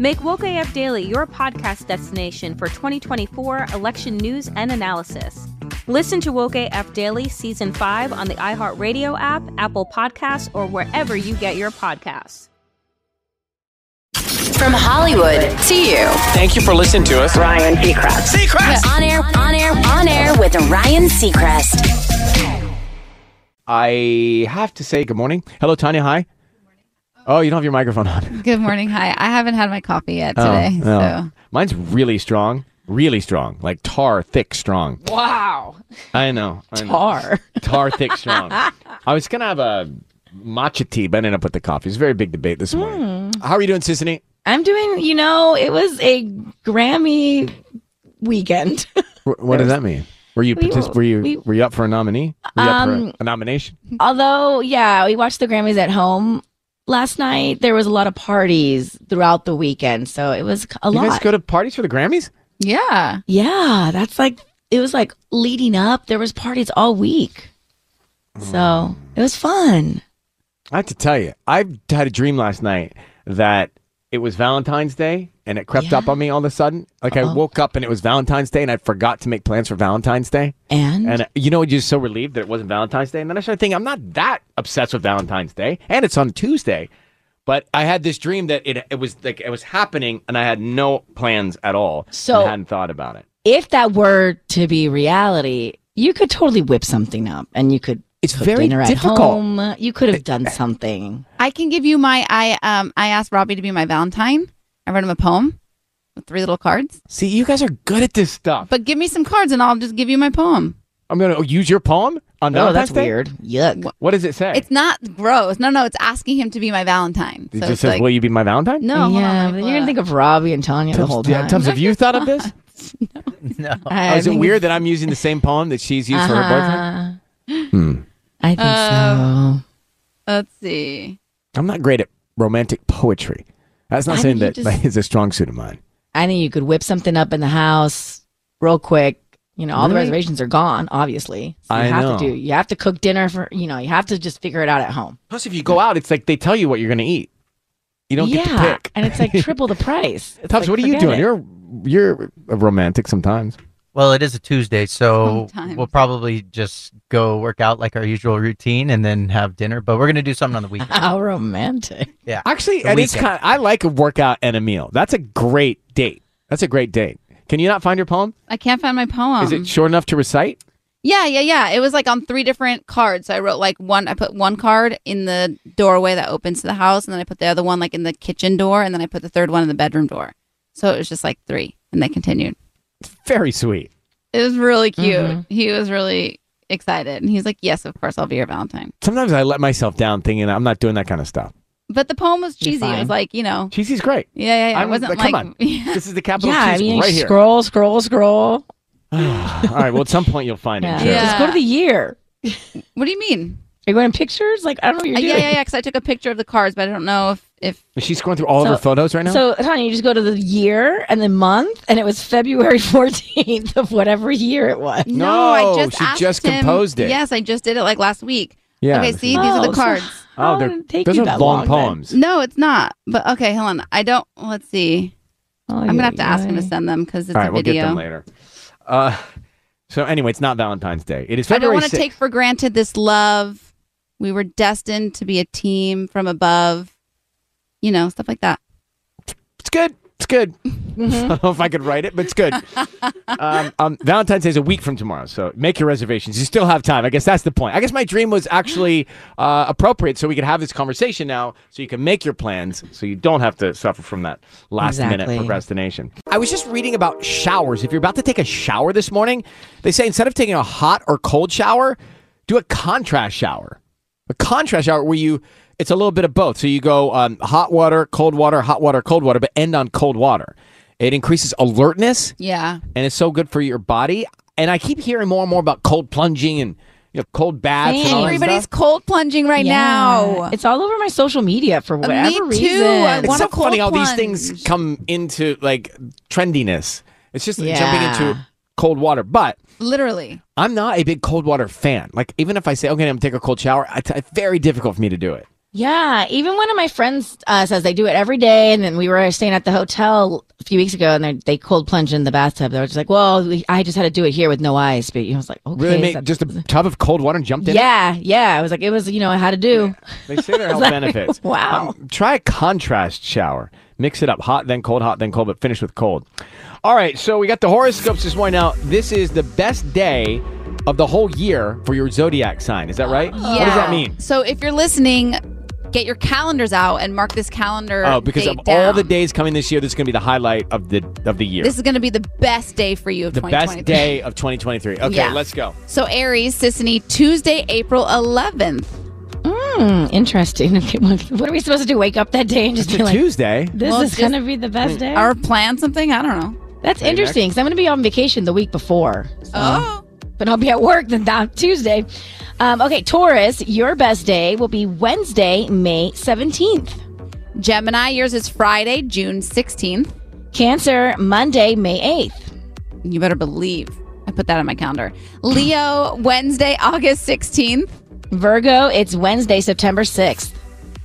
Make Woke AF Daily your podcast destination for 2024 election news and analysis. Listen to Woke AF Daily Season 5 on the iHeartRadio app, Apple Podcasts, or wherever you get your podcasts. From Hollywood to you. Thank you for listening to us. Ryan Seacrest. Seacrest! On air, on air, on air with Ryan Seacrest. I have to say good morning. Hello, Tanya. Hi. Oh, you don't have your microphone on. Good morning. Hi. I haven't had my coffee yet Oh, today. no. Mine's really strong. Really strong. Like tar, thick, strong. So Wow. I know. I know. Tar. Tar, thick, strong. I was going to have a matcha tea, but I ended up with the coffee. It's a very big debate this Hmm. morning. How are you doing, Sissany? I'm doing, you know, it was a Grammy weekend. Wh- What does that mean? Were you We- partic- were you we- were you up for a nominee? Were you up for Um, a, a nomination? Although, yeah, we watched the Grammys at home last night. There was a lot of parties throughout the weekend. So it was a you lot. guys go to parties for the Grammys? Yeah. yeah, that's like, it was like leading up. There was parties all week. Hmm. So it was fun. I have to tell you, I had a dream last night that it was Valentine's Day and it crept up on me all of a sudden. Like I woke up and it was Valentine's Day and I forgot to make plans for Valentine's Day. And, And uh, you know, just so relieved that it wasn't Valentine's Day. And then I started thinking, I'm not that obsessed with Valentine's Day and it's on Tuesday. But I had this dream that it, it was like it was happening and I had no plans at all. So- and hadn't thought about it. if that were to be reality, you could totally whip something up and you could. It's cook very dinner at difficult. Eh, home. You could have done something. I can give you my I um I asked Robbie to be my Valentine. I wrote him a poem with three little cards. See, you guys are good at this stuff. But give me some cards and I'll just give you my poem. I'm gonna oh, use your poem on No, Valentine's that's Day? weird. Yuck. What does it say? It's not gross. No, no, it's asking him to be my Valentine. it So just it's says, like, "Will you be my Valentine?" no, hold yeah, on, but you're gonna think of Robbie and Tanya the whole yeah, time. Tubbs, have you thought of this? I Oh, is it think weird that I'm using the same poem that she's used for her boyfriend? Hmm. Uh-huh. I think Uh, so. Let's see. I'm not great at romantic poetry. That's not I saying mean, you that just- is a strong suit of mine. I think you could whip something up in the house real quick. You know, all the Really? reservations are gone, obviously. So you I have know. to do you have to cook dinner for you know, you have to just figure it out at home. Plus, if you go out, it's like they tell you what you're going to eat. You don't yeah. get to pick. And it's like triple the price. It's Tubbs, like, what are you forget it. doing? You're you're a romantic sometimes. Well, it is a Tuesday, so Sometimes. we'll probably just go work out like our usual routine and then have dinner. But we're gonna do something on the weekend. how romantic. Yeah, Actually, The and it's weekend. kind. I like a workout and a meal. That's a great date. That's a great date. Can you not find your poem? I can't find my poem. is it short enough to recite? Yeah, yeah, yeah. It was like on three different cards. So I wrote like one, I put one card in the doorway that opens to the house, and then I put the other one like in the kitchen door, and then I put the third one in the bedroom door. So it was just like three, and they continued. Very sweet. Mm-hmm. It was really cute. He was really, excited. And he's like, yes, of course, I'll be your Valentine. Sometimes I let myself down thinking I'm not doing that kind of stuff. But the poem was cheesy. It fine. was like, you know. Cheesy's great. Yeah, yeah, yeah. I'm- it wasn't like, like. come on. This is the capital yeah, I cheese mean, right here. scroll, scroll, scroll. All right. Well, at some point you'll find Yeah. it. Joe. Just go to the year. What do you mean? Are you going to pictures? Like, I don't know what you're Uh, yeah, doing. yeah, yeah. Because I took a picture of the cards, but I don't know if if Is she scrolling through all So- of her photos right now? So, honey, you just go to the year and the month, and it was February 14th of whatever year it was. No, I just she asked just him- composed it. Yes, I just did it like last week. Yeah. Okay, see, these are Oh, the so cards. oh, they're, those are long, poems. No, it's not. But okay, hold on. I don't. Let's see. Oh, I'm gonna have to ask him to send them because it's All right, a we'll get video. them later. Uh, so anyway, it's not Valentine's Day. It is I don't February want to take for granted this love. We were destined to be a team from above. You know, stuff like that. Mm-hmm. It's good. It's good. I don't know if I could write it, but it's good. um, um, Valentine's Day is a week from tomorrow, so make your reservations. You still have time. I guess that's the point. I guess my dream was actually uh, appropriate, so we could have this conversation now, so you can make your plans, so you don't have to suffer from that last minute Exactly. procrastination. Mm-hmm. I was just reading about showers. If you're about to take a shower this morning, they say instead of taking a hot or cold shower, do a contrast shower. A contrast shower where you it's a little bit of both. So you go um, hot water, cold water, hot water, cold water, but end on cold water. It increases alertness Yeah. and it's so good for your body. And I keep hearing more and more about cold plunging and you know cold baths. And all that Everybody's stuff. cold plunging right now. It's all over my social media for me whatever too. reason. I It's so funny how these things come into like trendiness. It's just jumping Yeah. into cold water, but. Literally. I'm not a big cold water fan. Like, even if I say, okay, I'm gonna take a cold shower, it's it's very difficult for me to do it. Yeah, even one of my friends uh, says they do it every day. And then we were staying at the hotel a few weeks ago, and they they cold plunged in the bathtub. They were just like, "Well, we, I just had to do it here with no ice." But you know, I was like, "Okay, Really, is make that- just a tub of cold water and jumped in. it? yeah, yeah." I was like, "It was, you know, how to do." They say there are health Like, benefits. wow. Um, try a contrast shower. Mix it up hot, then cold, hot, then cold, but finish with cold. All right, so we got the horoscopes this morning. Now, this is the best day of the whole year for your zodiac sign. Is that right? What does that mean? So if you're listening, get your calendars out and mark this calendar. Oh, because date of all down. the days coming this year, this is going to be the highlight of the of the year. This is going to be the best day for you of the 2023. best day of 2023. Okay, Yeah. let's go. So Aries, Sissany, Tuesday, April 11th. Hmm, interesting. Okay, what what are we supposed to do? Wake up that day and just It's be a like, Tuesday. "This Well, is just- mm, gonna be the best day." Or plan something? I don't know. That's Maybe interesting because I'm going to be on vacation the week before. Oh. But I'll be at work then that Tuesday. Um, okay, Taurus, your best day will be Wednesday, May 17th. Gemini, yours is Friday, June 16th. Cancer, Monday, May 8th. You better believe I put that on my calendar. Leo, Wednesday, August 16th. Virgo, it's Wednesday, September 6th.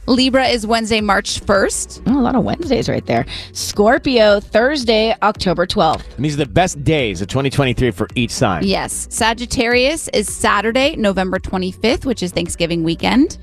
Libra is Wednesday, March 1st. Oh, a lot of Wednesdays right there. Scorpio, Thursday, October 12th. And these are the best days of 2023 for each sign. Yes. Sagittarius is Saturday, November 25th, which is Thanksgiving weekend.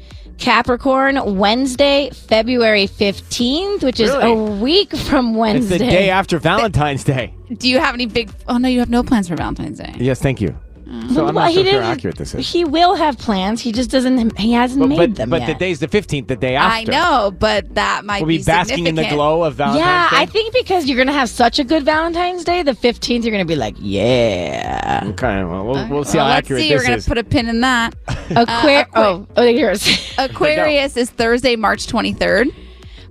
Capricorn, Wednesday, February 15th, which is Really? a week from It's Wednesday. the day after Valentine's Day. Do you have any big? Oh no, you have no plans for Valentine's Day. Yes, thank you. Mm. So I'm Well, not he sure if you're didn't- accurate this is. He will have plans. He just doesn't, he hasn't But made but, them but yet. the day's the 15th, the day after. I know, but that might We'll be basking in the significant. glow of Valentine's yeah, Day. I think because you're gonna have such a good Valentine's Day, the 15th, you're gonna be like, yeah. Okay, well, we'll, we'll see Well, how let's accurate see. this We're gonna is. put a pin in that. Uh, Aquar- oh, oh, yours. Aquarius is Thursday, March 23rd.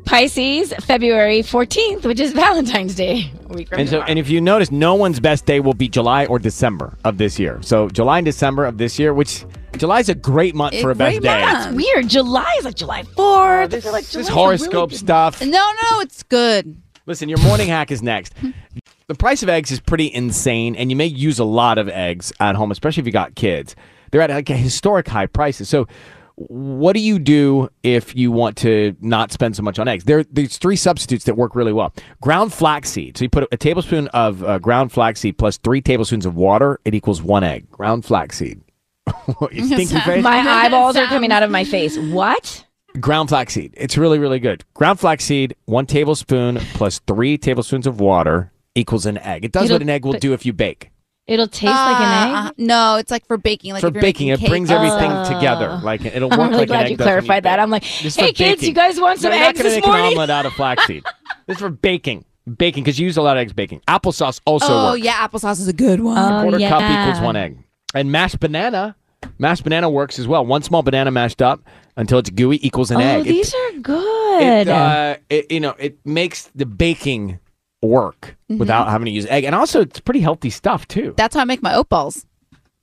Pisces, February 14th, which is Valentine's Day. a week from and so, tomorrow. and if you notice, no one's best day will be July or December of this year. So July and December of this year, which July's a great month for a best day. That's weird. July is like July 4th. I feel like This July's a horoscope really good- stuff. No, no, it's good. Listen, your morning hack is next. The price of eggs is pretty insane, and you may use a lot of eggs at home, especially if you got kids. They're at like a historic high prices. So, what do you do if you want to not spend so much on eggs? There, there's three substitutes that work really well. Ground flaxseed. So you put a tablespoon of uh, ground flaxseed plus three tablespoons of water. It equals one egg. Ground flaxseed. you stinky face. My eyeballs are coming out of my face. What? Ground flaxseed. It's really, really good. Ground flaxseed, one tablespoon plus three tablespoons of water equals an egg. It does It'll- what an egg will but- do if you bake. It'll taste like an egg. Uh, No, it's like for baking. Like for if you're baking, it making brings cake. everything together. Like it'll work Oh. I'm really like an glad egg you does when clarified that. I'm like, This is for hey kids, baking. you guys want some No, eggs You're not this gonna make morning? an omelet out of flaxseed. this is for baking. Baking, because you use a lot of eggs baking. Applesauce also oh works. Oh, yeah, applesauce is a good one. Quarter cup equals one egg. And mashed banana, mashed banana works as well. One small banana mashed up until it's gooey equals an oh, egg. It- these are good. it, uh, it you know it makes the baking work Mm-hmm. Mhm. without having to use egg, and also it's pretty healthy stuff too. That's how I make my oat balls.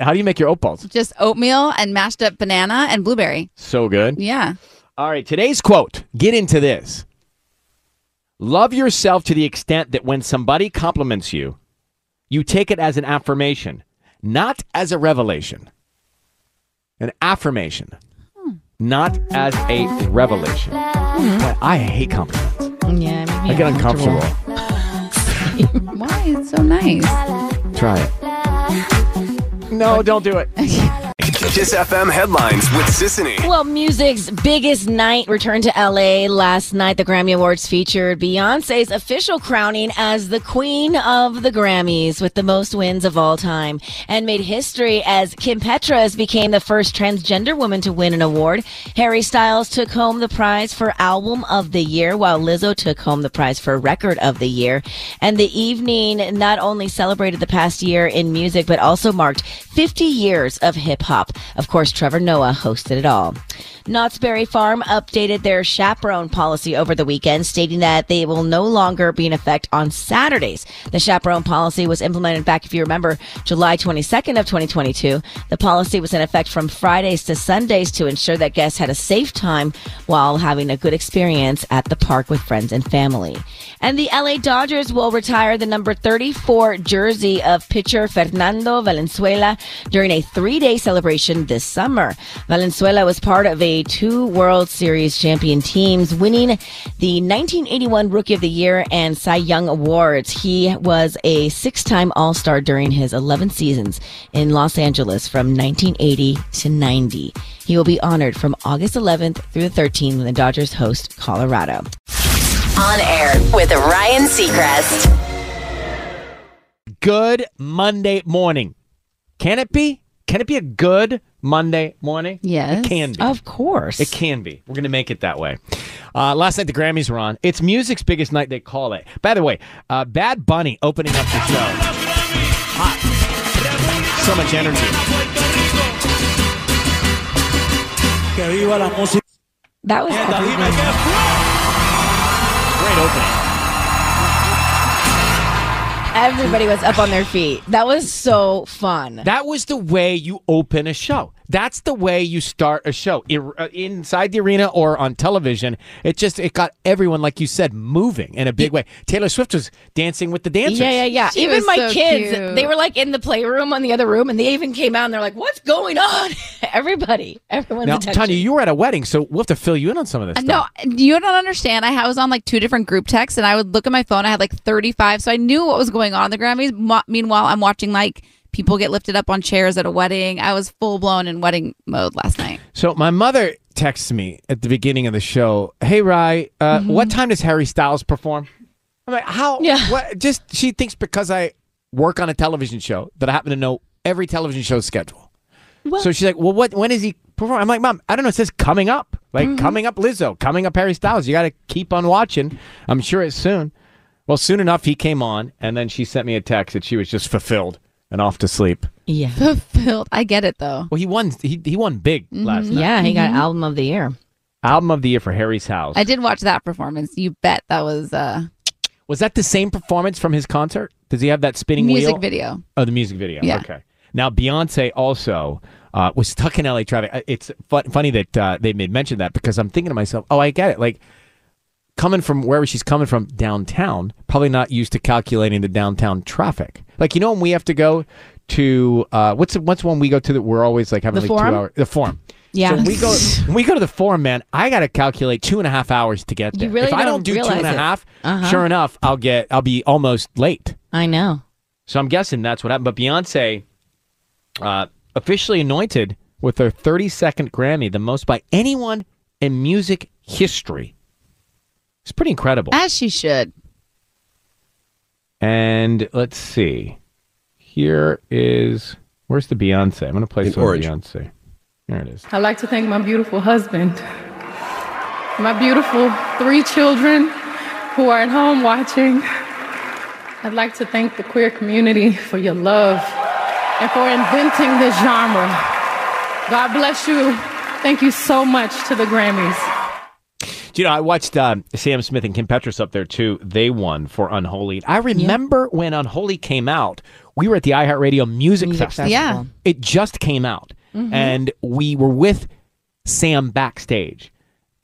How do you make your oat balls? Just oatmeal and mashed up banana and blueberry. So good. Yeah. All right, today's quote. Get into this. Love yourself to the extent that when somebody compliments you, you take it as an affirmation, not as a revelation. An affirmation, not as a revelation. Boy, I hate compliments. yeah, I get uncomfortable. Why? It's so nice. Try it. No, don't do it. Kiss FM headlines with Sissany. Well, music's biggest night returned to LA last night. The Grammy Awards featured Beyonce's official crowning as the queen of the Grammys with the most wins of all time and made history as Kim Petras became the first transgender woman to win an award. Harry Styles took home the prize for Album of the Year while Lizzo took home the prize for Record of the Year. And the evening not only celebrated the past year in music, but also marked 50 years of hip hop. Of course, Trevor Noah hosted it all. Knott's Berry Farm updated their chaperone policy over the weekend, stating that they will no longer be in effect on Saturdays. The chaperone policy was implemented back, if you remember, July 22nd of 2022. The policy was in effect from Fridays to Sundays to ensure that guests had a safe time while having a good experience at the park with friends and family. And the LA Dodgers will retire the number 34 jersey of pitcher Fernando Valenzuela during a three day celebration this summer. Valenzuela was part of a two World Series champion teams, winning the 1981 Rookie of the Year and Cy Young Awards. He was a six time All Star during his 11 seasons in Los Angeles from 1980 to 90. He will be honored from August 11th through the 13th when the Dodgers host Colorado. On air with Ryan Seacrest. Good Monday morning. Can it be? Can it be a good Monday morning? Yes. It can be. Of course. It can be. We're going to make it that way. Uh, last night, the Grammys were on. It's music's biggest night, they call it. By the way, uh, Bad Bunny opening up the show. Hot. So much energy. That was everything. Great opening. Everybody was up on their feet. That was so fun. That was the way you open a show. That's the way you start a show I- uh, inside the arena or on television. It just it got everyone, like you said, moving in a big way. Taylor Swift was dancing with the dancers. Yeah, yeah, yeah. She even was my so kids, cute. they were like in the playroom on the other room, and they even came out and they're like, "What's going on?" Everybody, everyone's Now, attention. Tanya, you were at a wedding, so we'll have to fill you in on some of this. Uh, No, you don't understand. I ha- was on like two different group texts, and I would look at my phone. I had like 35, so I knew what was going on at the Grammys. Mo- meanwhile, I'm watching like people get lifted up on chairs at a wedding. I was full blown in wedding mode last night. So my mother texts me at the beginning of the show, "Hey Rye, uh, what time does Harry Styles perform?" I'm like, "How? Yeah. What? Just she thinks because I work on a television show that I happen to know every television show's schedule. So she's like, "Well, what? When is he performing?" I'm like, "Mom, I don't know. It says coming up, like coming up Lizzo, coming up Harry Styles. You got to keep on watching. I'm sure it's soon." Well, soon enough, he came on, and then she sent me a text that she was just fulfilled and off to sleep. yeah, fulfilled. I get it though. Well, he won. He, he won big last night. Mm-hmm. yeah, he got album of the year. Album of the year for Harry's House. I did watch that performance. You bet that was uh, Was that the same performance from his concert? Does he have that spinning music wheel? video. Oh, the music video. Yeah. Okay. Now Beyonce also uh, was stuck in LA traffic. Uh, It's fun, funny that uh, they made mention of that because I'm thinking to myself, oh, I get it. Like coming from wherever she's coming from downtown, probably not used to calculating the downtown traffic. Like you know when we have to go to uh, what's the, what's one we go to that we're always like having The like Forum? two hours the forum. Yeah. So when we go when we go to the forum, man. I gotta calculate two and a half hours to get You there. really if I don't don't do two and a realize it. half, Uh-huh. sure enough, I'll get I'll be almost late. I know. So I'm guessing that's what happened. But Beyonce uh, officially anointed with her 32nd Grammy, the most by anyone in music history. It's pretty incredible. As she should. And let's see. Here is where's the Beyonce? I'm gonna play some orange. Beyonce. There it is. I'd like to thank my beautiful husband, my beautiful three children who are at home watching. I'd like to thank the queer community for your love, and for inventing this genre. God bless you. Thank you so much to the Grammys. Do you know, I watched um, Sam Smith and Kim Petras up there too. They won for Unholy. I remember when Unholy came out, we were at the iHeartRadio Music, Festival. Festival. Yeah. It just came out. Mhm. And we were with Sam backstage.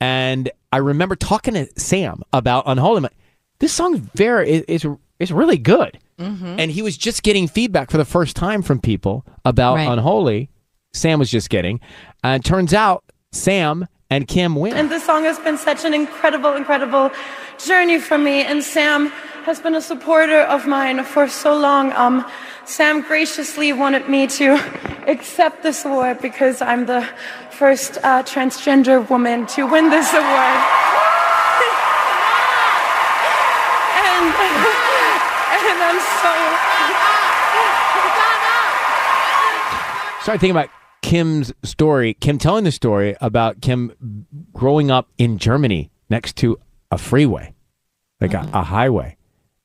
And I remember talking to Sam about Unholy. I'm like, This song very is, is, is really good. And he was just getting feedback for the first time from people about Right. Unholy. Sam was just getting. And turns out Sam and Kim win. And this song has been such an incredible, incredible journey for me. And Sam has been a supporter of mine for so long. Um, Sam graciously wanted me to accept this award because I'm the first uh, transgender woman to win this award. and, and I'm so. started thinking about Kim's story, Kim telling the story about Kim growing up in Germany next to a freeway, like Mm-hmm. a, a highway,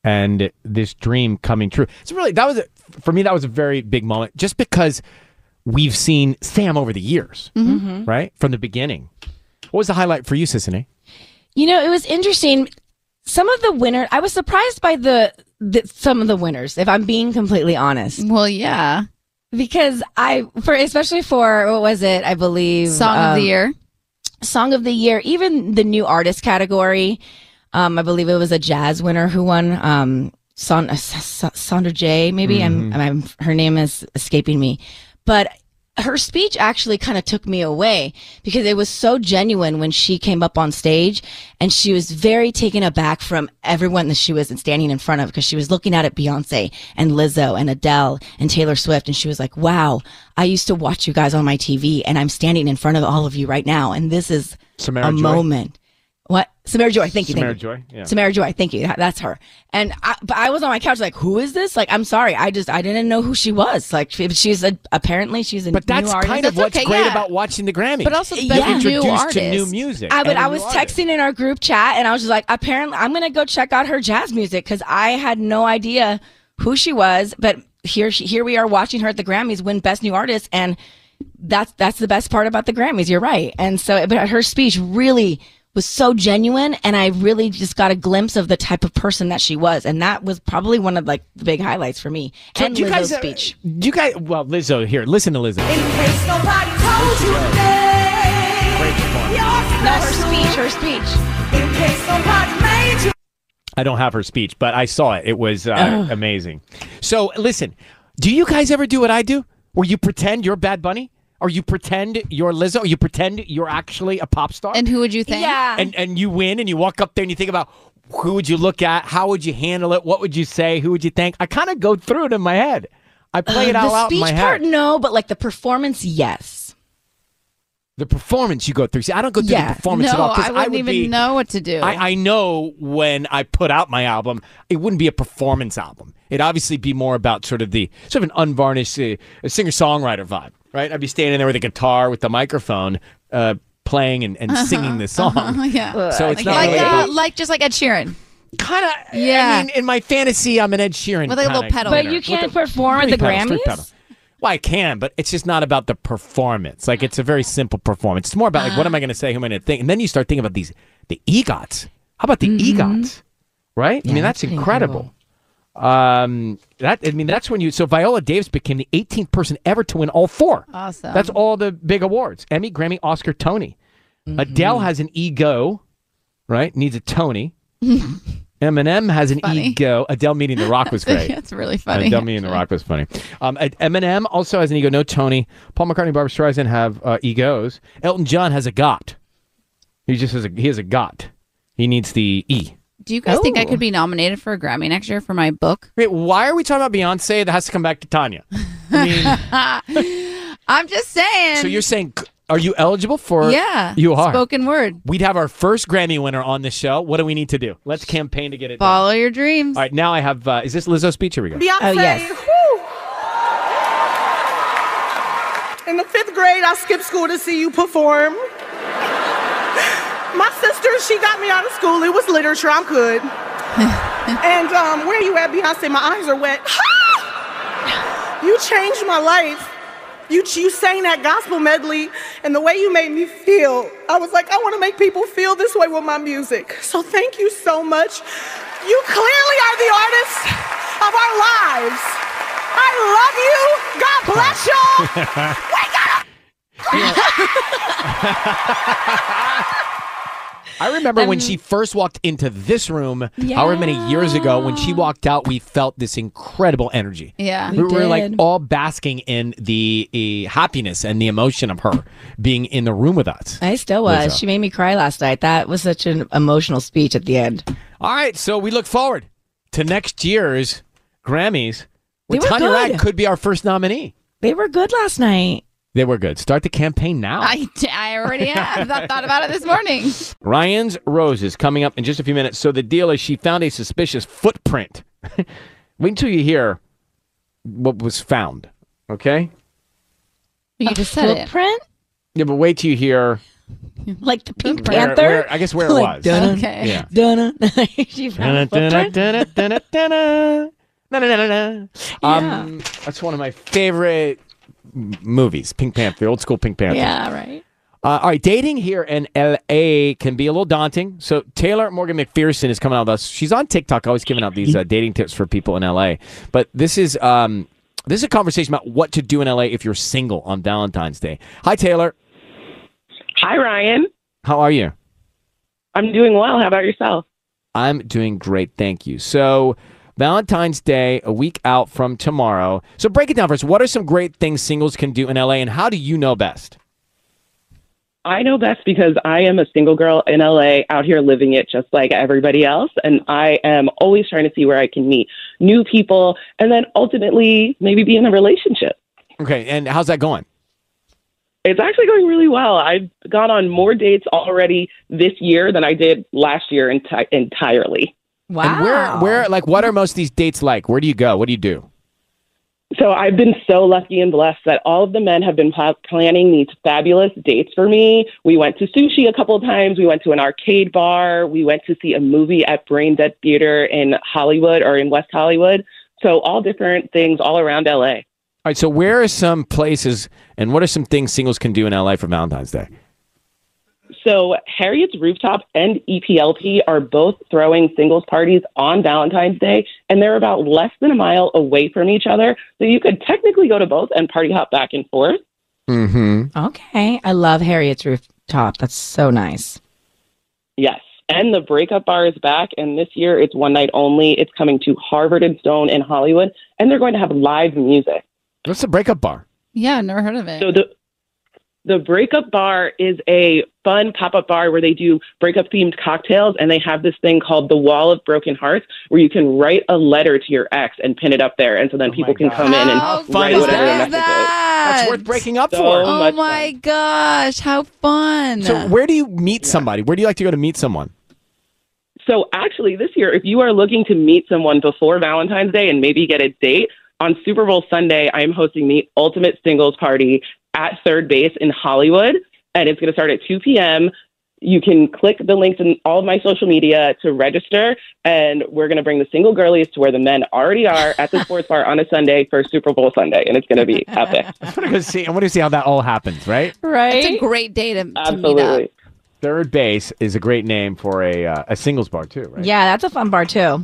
and this dream coming true. So, really, that was, a, for me, that was a very big moment just because we've seen Sam over the years, Mhm. right? From the beginning. What was the highlight for you, Sissany? You know, it was interesting. Some of the winner, I was surprised by the, the some of the winners. If I'm being completely honest. Well, yeah, because I for especially for what was it? I believe um, Song of the Um, year. Song of the year, even the new artist category. Um, I believe it was a jazz winner who won. Um, Son- uh, S- S- Sandra J. Maybe I'm, I'm. Her name is escaping me, but her speech actually kind of took me away because it was so genuine when she came up on stage and she was very taken aback from everyone that she was standing in front of because she was looking out at Beyonce and Lizzo and Adele and Taylor Swift. And she was like, wow, I used to watch you guys on my TV and I'm standing in front of all of you right now. And this is Samara a Joy? moment. What? Samara Joy. Thank you. thank Samara you. Joy, yeah. Samara Joy. Thank you. That- That's her. And I, but I was on my couch like, who is this? Like, I'm sorry. I just, I didn't know who she was. Like, she- she's a, apparently she's a But that's kind of what's great about watching the Grammys. But also You're best new introduced to artist. new music. I, but and a I new was artist. texting in our group chat and I was just like, apparently I'm going to go check out her jazz music because I had no idea who she was. But here, she, here we are watching her at the Grammys win best new artist. And that's, that's the best part about the Grammys. You're right. And so, but her speech really was so genuine. And I really just got a glimpse of the type of person that she was. And that was probably one of like the big highlights for me. So and do you guys Lizzo's uh, speech. Do you guys? Well, Lizzo here. Listen to Lizzo. Nobody told you Great performance. No, her speech, her speech. In case somebody made you. I don't have her speech, but I saw it. It was uh, amazing. So, listen, do you guys ever do what I do? Where you pretend you're Bad Bunny? Or you pretend you're Lizzo? Or you pretend you're actually a pop star? And who would you think? Yeah. And, and you win and you walk up there and you think about who would you look at? How would you handle it? What would you say? Who would you thank? I kind of go through it in my head. I play it Uh, all the out in speech my part, head. no, but like the performance, yes. The performance you go through. See, I don't go through Yeah. the performance at No, all. 'cause I wouldn't would even be- know what to do. I, I know when I put out my album, it wouldn't be a performance album. It'd obviously be more about sort of the sort of an unvarnished uh, singer songwriter vibe, right? I'd be standing there with a guitar with the microphone, uh, playing and, and singing the song. Uh-huh, yeah. So like, it's not like, really uh, about- like just like Ed Sheeran. Kind of. Yeah. I mean, in my fantasy, I'm an Ed Sheeran With like a little kinda pedal. But winner. you With can't the- perform at three the pedals, three Grammys? pedal. Well, I can, but it's just not about the performance. Like it's a very simple performance. It's more about like what am I going to say? Who am I going to think? And then you start thinking about these the egots. How about the Mm-hmm. egots? Right? I mean, that's incredible. Um, that I mean, that's when you. So Viola Davis became the 18th person ever to win all four. Awesome. That's all the big awards: Emmy, Grammy, Oscar, Tony. Mm-hmm. Adele has an ego, right? Needs a Tony. Eminem has an ego. Adele meeting The Rock was great. That's really funny, Adele meeting The Rock was funny. Um, Ed- Eminem also has an ego. No Tony. Paul McCartney, Barbara Streisand have uh, egos. Elton John has a got. He just has a he has a got. He needs the e. Do you guys think I Oh. could be nominated for a Grammy next year for my book? Wait, why are we talking about Beyonce? That has to come back to Tanya. I'm just saying. so you're saying, c- are you eligible for? yeah, you are. spoken word. We'd have our first Grammy winner on the show. What do we need to do? Let's campaign to get it. Follow your dreams. All right, now I have. Uh, is this Lizzo's speech? Here we go. Beyonce. whew. In the fifth grade, I skipped school to see you perform. My sister, she got me out of school. It was literature. I'm good. and um, where you at, Beyonce? My eyes are wet. You changed my life. You, you sang that gospel medley, and the way you made me feel, I was like, I want to make people feel this way with my music. So thank you so much. You clearly are the artist of our lives. I love you. God bless y'all. I remember Um, when she first walked into this room, however many years ago, when she walked out, we felt this incredible energy. Yeah. we, We were like did. all basking in the uh, happiness and the emotion of her being in the room with us. I still was. Lizzo. She made me cry last night. That was such an emotional speech at the end. All right, so we look forward to next year's Grammys. Where They were Tanya Rad good. could be our first nominee. They were good last night. They were good. Start the campaign now. I, I already have. I thought about it this morning. Ryan's Roses coming up in just a few minutes. So the deal is she found a suspicious footprint. Wait until you hear what was found. Okay? You just said it. Print? Yeah, but wait till you hear Like the Pink where- Panther? where- I guess where it Like, was. dunna, Okay. Yeah. dunna. She found a footprint. Da-da-da-da-da-da-da. Na-na-na-na-na. Um, that's one of my favorite m- movies, Pink Panther, the old school Pink Panther. Yeah, right. Uh, all right, dating here in LA can be a little daunting. So Taylor Morgan McPherson is coming out with us. She's on TikTok, always giving out these uh, dating tips for people in LA. But this is um, this is a conversation about what to do in LA if you're single on Valentine's Day. Hi, Taylor. Hi, Ryan. How are you? I'm doing well. How about yourself? I'm doing great, thank you. So Valentine's Day, a week out from tomorrow. So break it down for us. What are some great things singles can do in LA, and how do you know best? I know best because I am a single girl in LA out here living it just like everybody else. And I am always trying to see where I can meet new people and then ultimately maybe be in a relationship. Okay, and how's that going? It's actually going really well. I've gone on more dates already this year than I did last year enti- entirely. And where, Oh. where, like, what are most of these dates like? Where do you go? What do you do? So I've been so lucky and blessed that all of the men have been pl- planning these fabulous dates for me. We went to sushi a couple of times. We went to an arcade bar. We went to see a movie at Brain Dead Theater in Hollywood or in West Hollywood. So all different things all around LA. All right, so where are some places and what are some things singles can do in LA for Valentine's Day? So Harriet's Rooftop and E EPLP are both throwing singles parties on Valentine's Day, and they're about less than a mile away from each other. So you could technically go to both and party hop back and forth. Mm-hmm. Okay. I love Harriet's rooftop. That's so nice. Yes. And the breakup bar is back. And this year it's one night only. It's coming to Harvard and Stone in Hollywood. And they're going to have live music. What's the breakup bar? Yeah, never heard of it. So the the breakup bar is a fun pop up bar where they do breakup themed cocktails and they have this thing called the wall of broken hearts where you can write a letter to your ex and pin it up there and so Oh then people can come in and How write fun is that? whatever their message That's worth breaking up So for. Uh, Oh my gosh, how fun. So where do you meet somebody? Where do you like to go to meet someone? is. So actually this year if you are looking to meet someone before Valentine's Day and maybe get a date on Super Bowl Sunday I am hosting the ultimate singles party at third base in Hollywood and it's going to start at 2 p.m. you can click the links in all of my social media to register, and we're going to bring the single girlies to where the men already are at the sports bar on a Sunday for Super Bowl Sunday, and it's going to be epic. I want to go see. I want to see how that all happens. Right. Right? It's a great day to, to meet up. Absolutely. Third base is a great name for a uh, a singles bar too, right? Yeah, that's a fun bar too.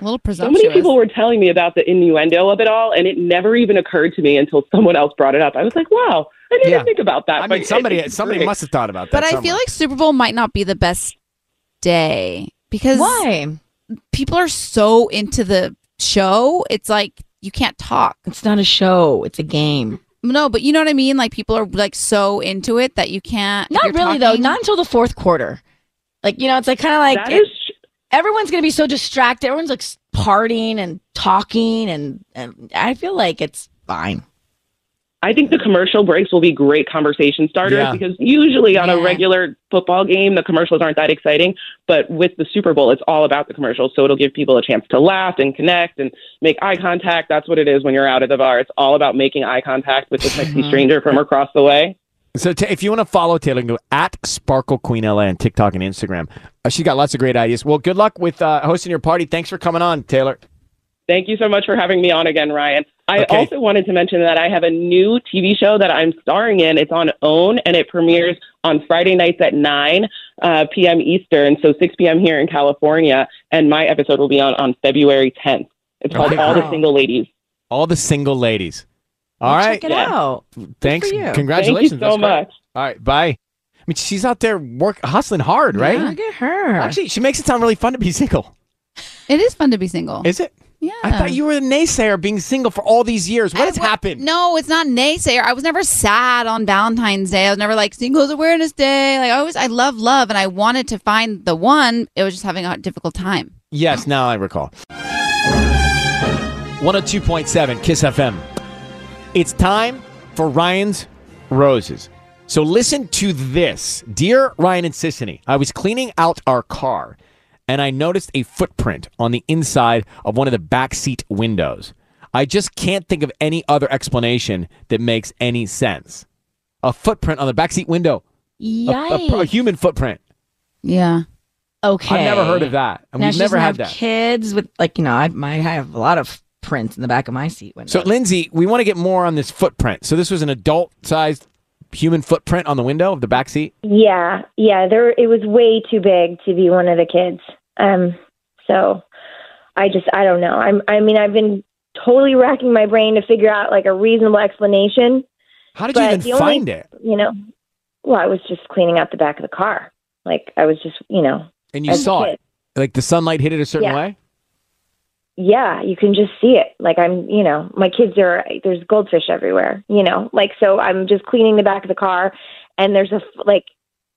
A little So many people were telling me about the innuendo of it all, and it never even occurred to me until someone else brought it up. I was like, "Wow, I didn't Yeah. think about that." I mean, somebody somebody must have thought about that. But I feel somewhere. like Super Bowl might not be the best day because why people are so into the show. It's like you can't talk. It's not a show, it's a game. No, but you know what I mean. Like people are like so into it that you can't. if Not you're really though. talking- Not until the fourth quarter. Like you know, it's like kind of like That is everyone's gonna be so distracted. Everyone's like s- partying and talking, and, and I feel like it's fine. I think the commercial breaks will be great conversation starters Yeah. because usually on a Yeah. regular football game, the commercials aren't that exciting. But with the Super Bowl, it's all about the commercials. So it'll give people a chance to laugh and connect and make eye contact. That's what it is when you're out at the bar. It's all about making eye contact with the Mm-hmm. sexy stranger from across the way. So ta if you want to follow Taylor, go at Sparkle Queen LA on TikTok and Instagram. Uh, she's got lots of great ideas. Well, good luck with uh, hosting your party. Thanks for coming on, Taylor. Thank you so much for having me on again, Ryan. I Okay. also wanted to mention that I have a new TV show that I'm starring in. It's on OWN and it premieres on Friday nights at 9 uh, p.m. Eastern, so 6 p.m. here in California. And my episode will be on on February 10th. It's called Okay, All the great. Single Ladies. Oh, All the single ladies. All Well, right, check it Yeah. out. Thanks. for you. Thank you Congratulations. so That's great. much. All right. Bye. I mean, she's out there work hustling hard, right? Yeah, look at her. Actually, she makes it sound really fun to be single. It is fun to be single. Is it? Yeah. I thought you were a naysayer being single for all these years. What has happened? No, it's not naysayer. I was never sad on Valentine's Day. I was never like Singles Awareness Day. Like I always, I love love, and I wanted to find the one. It was just having a difficult time. Yes, now I recall. 102.7 Kiss FM. It's time for Ryan's Roses. So listen to this. Dear Ryan and Sissany, I was cleaning out our car and I noticed a footprint on the inside of one of the backseat windows. I just can't think of any other explanation that makes any sense. A footprint on the backseat window. A- a- a Yikes. human footprint. Yeah. Okay. I've never heard of that, and now we've she never doesn't had have that. Kids with like you know, I, my, I have a lot of prints in the back of my seat window. So, Lindsay, we want to get more on this footprint. So, this was an adult sized human footprint on the window of the back seat. Yeah, yeah. There, it was way too big to be one of the kids. Um, so I just, I don't know. I'm, I mean, I've been totally racking my brain to figure out like a reasonable explanation. How did you even find it? You know, well, I was just cleaning out the back of the car. Like I was just, you know, And you as a saw kid. it. Like the sunlight hit it a certain Yeah. way. Yeah, you can just see it. Like I'm, you know, my kids are. There's goldfish everywhere. You know, like so. I'm just cleaning the back of the car, and there's a f- like,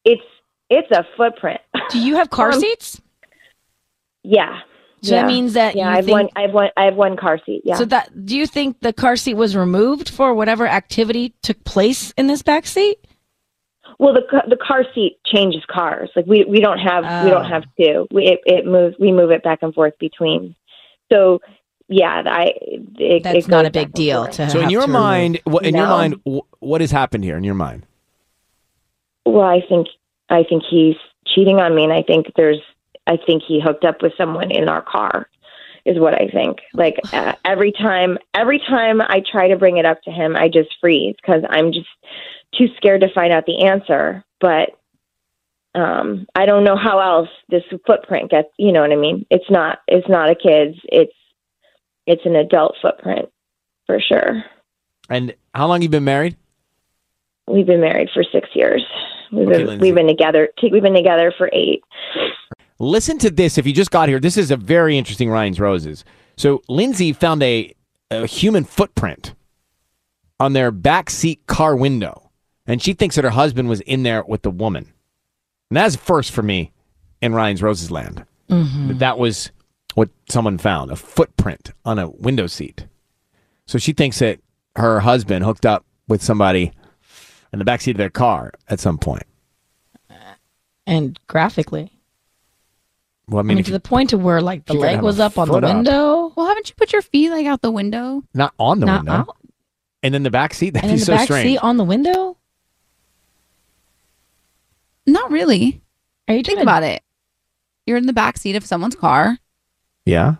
it's it's a footprint. Um, Do you have car seats? Yeah. So that means that yeah, you I have think- one. I have one. I have one car seat. Yeah. So that do you think the car seat was removed for whatever activity took place in this back seat? well, the ca- the car seat changes cars. Like we we don't have we don't Oh. have two. We it, it moves. We move it back and forth between. So yeah, I it, That's it not goes a big back and deal forth. to So, in have your to mind, remove. what, in your No. mind, wh- what has happened here? In your mind, Well, I think I think he's cheating on me, and I think there's I think he hooked up with someone in our car, is what I think. Like uh, every time, every time I try to bring it up to him, I just freeze because I'm just too scared to find out the answer. But um, I don't know how else this footprint gets. You know what I mean? It's not it's not a kid's. It's it's an adult footprint for sure. and how long you been married? We've been married for six years. We've Okay, been, Lindsay. we've been together. We've been together for eight. Listen to this if you just got here. This is a very interesting Ryan's Roses. So Lindsay found a, a human footprint on their backseat car window, and she thinks that her husband was in there with the woman. And that's a first for me in Ryan's Roses land. That that was what someone found a footprint on a window seat. So she thinks that her husband hooked up with somebody in the backseat of their car at some point. And graphically. Well, I I mean, mean, if to you- the point to where like the if you gotta leg have was a up on the foot up. window. Well, haven't you put your feet like out the window? Not on the Not window. And then the back seat. That'd and in be the so back strange. seat on the window? Not really. Are you think about it? You're in the back seat of someone's car. yeah.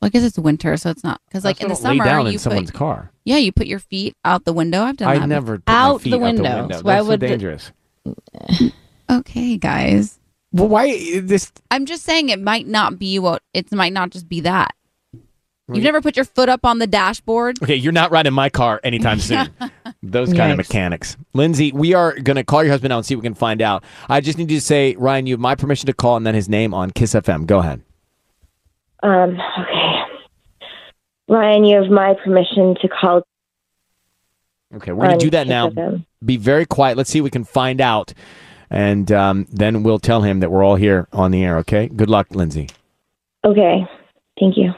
Well, I guess it's winter, so it's not because like in the don't lay summer down in you put someone's car. yeah you put your feet out the window. I've done I that. before. never put my feet Out the window. That's so dangerous. Okay, guys. Well, why this? I'm just saying it might not be what it might not just be that. Well, You've never put your foot up on the dashboard. Okay, you're not riding my car anytime soon. Those kind Yikes. of mechanics. Lindsay, we are going to call your husband out and see what we can find out. I just need you to say, Ryan, you have my permission to call and then his name on Kiss FM. Go ahead. Um, okay. Ryan, you have my permission to call. Okay, we're going on to do that Kiss now. FM. Be very quiet. Let's see what we can find out. And um, then we'll tell him that we're all here on the air, okay? Good luck, Lindsay. Okay. Thank you.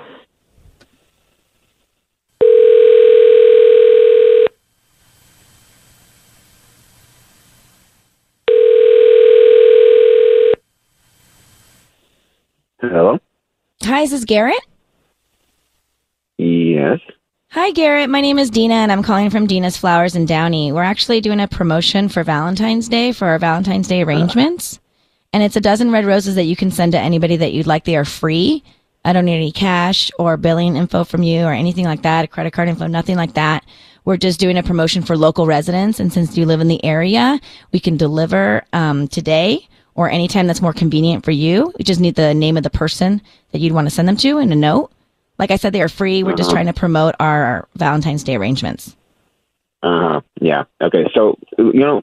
Hello? Hi, is this Garrett? Yes. Hi, Garrett. My name is Dina, and I'm calling from Dina's Flowers in Downey. We're actually doing a promotion for Valentine's Day for our Valentine's Day arrangements. And it's a dozen red roses that you can send to anybody that you'd like. They are free. I don't need any cash or billing info from you or anything like that, credit card info, nothing like that. We're just doing a promotion for local residents. And since you live in the area, we can deliver um, today or anytime that's more convenient for you. We just need the name of the person that you'd want to send them to and a note. Like I said, they are free. We're just trying to promote our Valentine's Day arrangements. Uh huh. Yeah. Okay. So you know,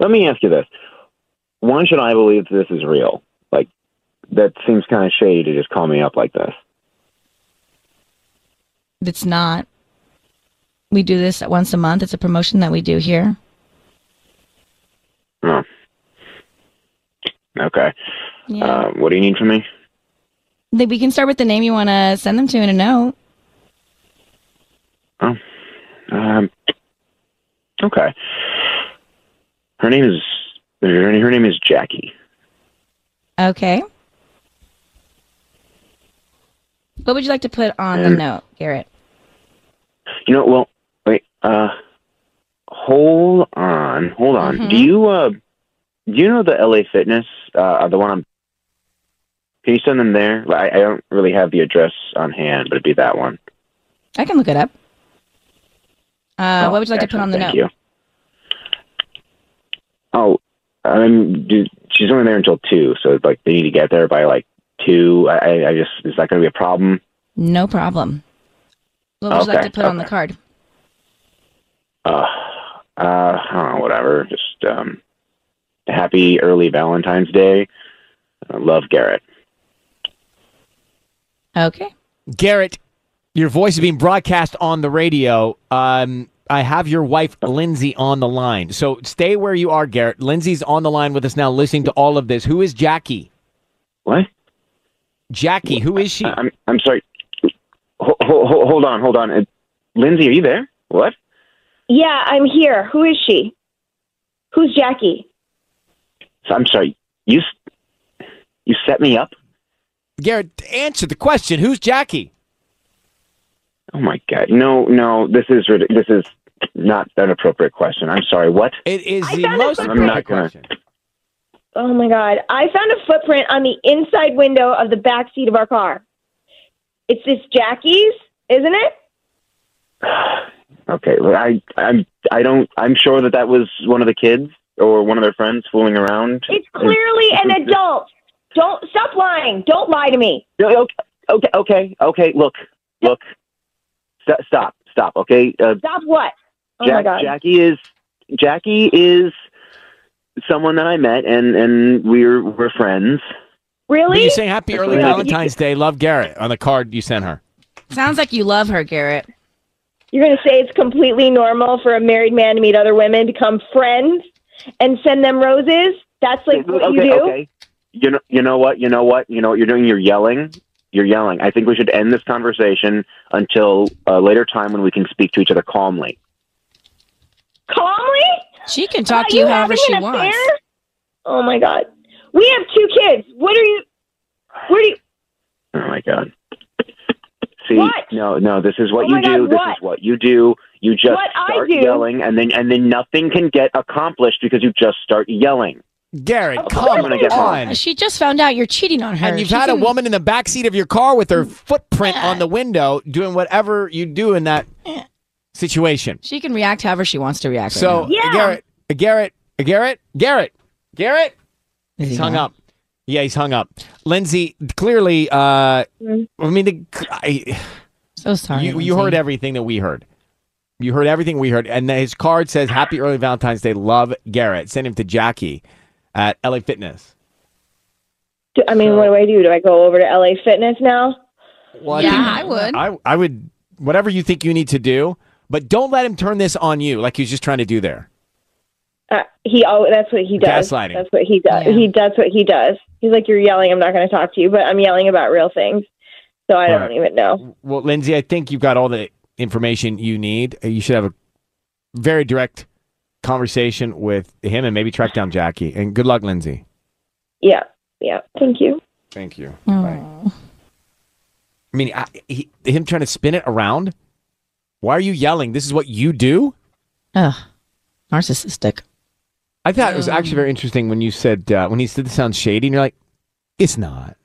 let me ask you this: Why should I believe this is real? Like, that seems kind of shady to just call me up like this. It's not. We do this once a month. It's a promotion that we do here. Oh. Okay. Yeah. Uh, what do you need from me? Then we can start with the name you want to send them to and a note. Um. Okay. Her name is her her name is Jackie. Okay. What would you like to put on the Um, note, Garrett? You know, well, wait. Uh, hold on, hold on. Do you uh, do you know the LA Fitness? Uh, the one. I'm, can you send them there? Like, I, I don't really have the address on hand, but it'd be that one. I can look it up. Uh, Oh, what would you like to put on the Thank note? you. Oh, I mean, dude, she's only there until two, so like they need to get there by like two. I, I- I just is that going to be a problem? No problem. What would you like Okay, to put on the card? Uh, uh, I don't know, whatever. Just um, happy early Valentine's Day. Uh, love Garrett. Okay. Garrett, your voice is being broadcast on the radio. Um, I have your wife, Lindsay, on the line. So stay where you are, Garrett. Lindsay's on the line with us now, listening to all of this. Who is Jackie? What? Jackie, who is she? I'm I'm sorry. Ho- ho- ho- hold on, hold on. Uh, Lindsay, are you there? What? Yeah, I'm here. Who is she? Who's Jackie? I'm sorry. You s- you set me up. Garrett, answer the question. Who's Jackie? Oh my god! No, no. This is rid- this is not an appropriate question. I'm sorry. What? It is the found it most I'm not appropriate gonna. Oh my God. I found a footprint on the inside window of the back seat of our car. It's this Jackie's, isn't it? Okay. well, I I'm I don't. I'm sure that that was one of the kids or one of their friends fooling around. It's clearly an adult. Don't stop lying. Don't lie to me. No, okay, okay, okay, okay. Look, look. St- stop, stop. Okay. Uh, Stop what? Oh my Jack, God. Jackie is Jackie is someone that I met and and we're we're friends. Really? You say happy early Really? Valentine's Day. Love Garrett on the card you sent her. Sounds like you love her, Garrett. You're going to say it's completely normal for a married man to meet other women, become friends, and send them roses? That's like what okay, Oh, you do? okay. You know, you know what, you know what, you know what you're doing. You're yelling. You're yelling. I think we should end this conversation until a later time when we can speak to each other calmly. Calmly? She can talk Are to you however having she an wants. affair? Oh my God. We have two kids. What are you? What are you? Oh my god. See, What? no, no. This is what Oh you my do. God, this what? is what you do. You just What I start do? yelling, and then and then nothing can get accomplished because you just start yelling. Garrett, course come I'm gonna get mine. on. She just found out you're cheating on her. And you've Oh, She's had a in- woman in the back seat of your car with her footprint on the window doing whatever you do in that situation. She can react however she wants to react. So right now. Garrett, Garrett, Garrett, Garrett, Garrett. he He's hung gone? up. Yeah, he's hung up. Lindsay, clearly, uh, I mean, the, I, so sorry. You, you Lindsay. heard everything that we heard. You heard everything we heard, and his card says "Happy Early Valentine's Day, love Garrett." Send him to Jackie at LA Fitness. Do- I mean, what do I do? Do I go over to LA Fitness now? Well, I would. I, I would. Whatever you think you need to do, but don't let him turn this on you like he's just trying to do there. Uh, he oh, that's what he does. Gaslighting. That's what he does. He does what he does. He's like, you're yelling. I'm not going to talk to you, but I'm yelling about real things. So I don't Right. even know. Well, Lindsay, I think you've got all the information you need. Uh, You should have a very direct conversation with him and maybe track down Jackie. And good luck, Lindsay. Yeah, yeah. Thank you. Thank you. I mean, I, he, him trying to spin it around. Why are you yelling? This is what you do? Ugh. Narcissistic. I thought it was actually very interesting when you said, uh, when he said this sounds shady, and you're like, it's not.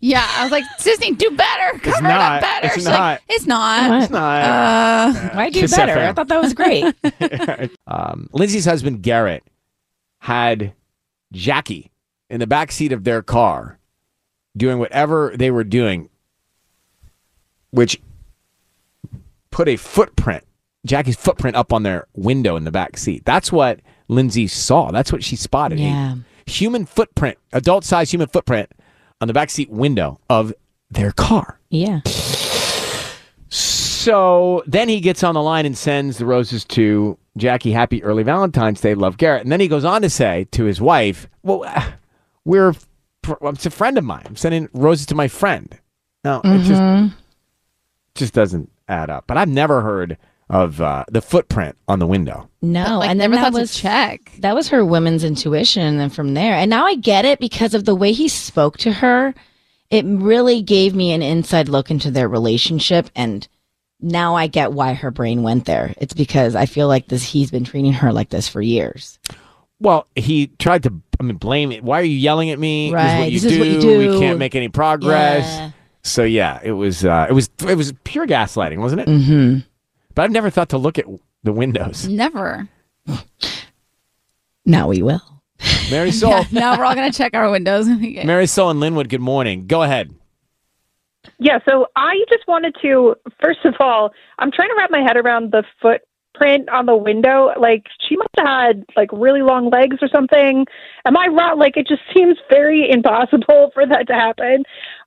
Yeah, I was like, Disney, do better. Cover it not. up better. It's She's like, not. it's not. It's not. Uh, Why do Kiss better? FM. I thought that was great. um, Lindsay's husband Garrett had Jackie in the back seat of their car doing whatever they were doing, which put a footprint, Jackie's footprint up on their window in the back seat. That's what Lindsay saw. That's what she spotted. a Yeah. human footprint, adult size human footprint on the back seat window of their car. Yeah. So then he gets on the line and sends the roses to Jackie. Happy early Valentine's Day, love Garrett. And then he goes on to say to his wife, "Well, uh, we're fr- it's a friend of mine. I'm sending roses to my friend." No, it Mm-hmm. just just doesn't add up. But I've never heard of uh, the footprint on the window. No, and then never that thought to was check. That was her women's intuition, and then from there, and now I get it because of the way he spoke to her. It really gave me an inside look into their relationship, and now I get why her brain went there. It's because I feel like this. He's been treating her like this for years. Well, he tried to I mean, blame it. Why are you yelling at me? Right, This this is is what what you you do. do. We can't make any progress. So yeah, it was uh, it was it was pure gaslighting, wasn't it? Mm-hmm. But I've never thought to look at the windows. Never. Now we will. Mary Soul, now we're all gonna check our windows. Okay. Mary Soul, and Linwood. Good morning. Go ahead. Yeah, so I just wanted to, first of all, I'm trying to wrap my head around the footprint on the window. Like, she must have had, like, really long legs or something. Am I wrong? Like, it just seems very impossible for that to happen.